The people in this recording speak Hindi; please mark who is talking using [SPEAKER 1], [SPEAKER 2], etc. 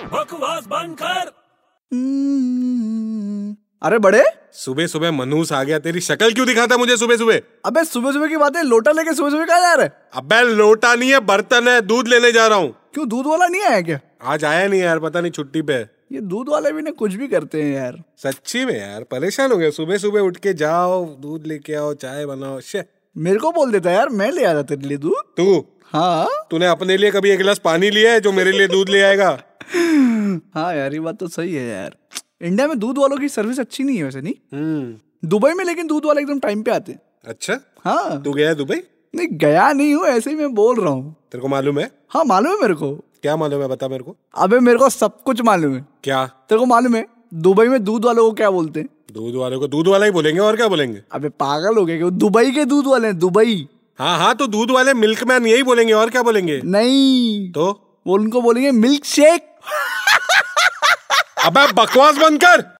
[SPEAKER 1] आवाज बंद कर
[SPEAKER 2] हम्म। अरे बड़े
[SPEAKER 3] सुबह सुबह मनूस आ गया तेरी शक्ल क्यों दिखाता है मुझे सुबह सुबह
[SPEAKER 2] अबे सुबह सुबह की बात है लोटा लेके सुबह सुबह कहा जा रहा है
[SPEAKER 3] अबे लोटा नहीं है बर्तन है दूध लेने जा रहा हूँ
[SPEAKER 2] क्यों दूध वाला नहीं आया क्या
[SPEAKER 3] आज आया नहीं यार पता नहीं छुट्टी पे है।
[SPEAKER 2] ये दूध वाले भी ना कुछ भी करते हैं यार
[SPEAKER 3] सच्ची में यार परेशान हो गया सुबह सुबह उठ के जाओ दूध लेके आओ चाय बनाओ शे
[SPEAKER 2] मेरे को बोल देता है यार मैं ले आता तेरे लिए दूध
[SPEAKER 3] तू
[SPEAKER 2] हाँ
[SPEAKER 3] तूने अपने लिए कभी एक गिलास पानी लिया है जो मेरे लिए दूध ले आएगा
[SPEAKER 2] हाँ यार ये बात तो सही है यार इंडिया में दूध वालों की सर्विस अच्छी नहीं है वैसे नहीं
[SPEAKER 3] हम्म
[SPEAKER 2] दुबई में लेकिन दूध वाले एकदम टाइम पे आते हैं
[SPEAKER 3] अच्छा
[SPEAKER 2] हाँ
[SPEAKER 3] तू गया है दुबई
[SPEAKER 2] नहीं गया नहीं हूँ ऐसे ही मैं बोल रहा हूँ
[SPEAKER 3] तेरे को मालूम है
[SPEAKER 2] हाँ मालूम है मेरे को
[SPEAKER 3] क्या मालूम है बता मेरे को
[SPEAKER 2] अबे मेरे को सब कुछ मालूम है
[SPEAKER 3] क्या
[SPEAKER 2] तेरे को मालूम है दुबई में दूध वालों को क्या बोलते हैं
[SPEAKER 3] दूध वाले को दूध वाला ही बोलेंगे और क्या बोलेंगे
[SPEAKER 2] अबे पागल हो गए क्या? वो दुबई के दूध वाले हैं दुबई
[SPEAKER 3] हाँ हाँ तो दूध वाले मिल्कमैन यही बोलेंगे और क्या बोलेंगे
[SPEAKER 2] नहीं
[SPEAKER 3] तो
[SPEAKER 2] वो उनको बोलेंगे मिल्क शेक
[SPEAKER 3] अबे बकवास बंद कर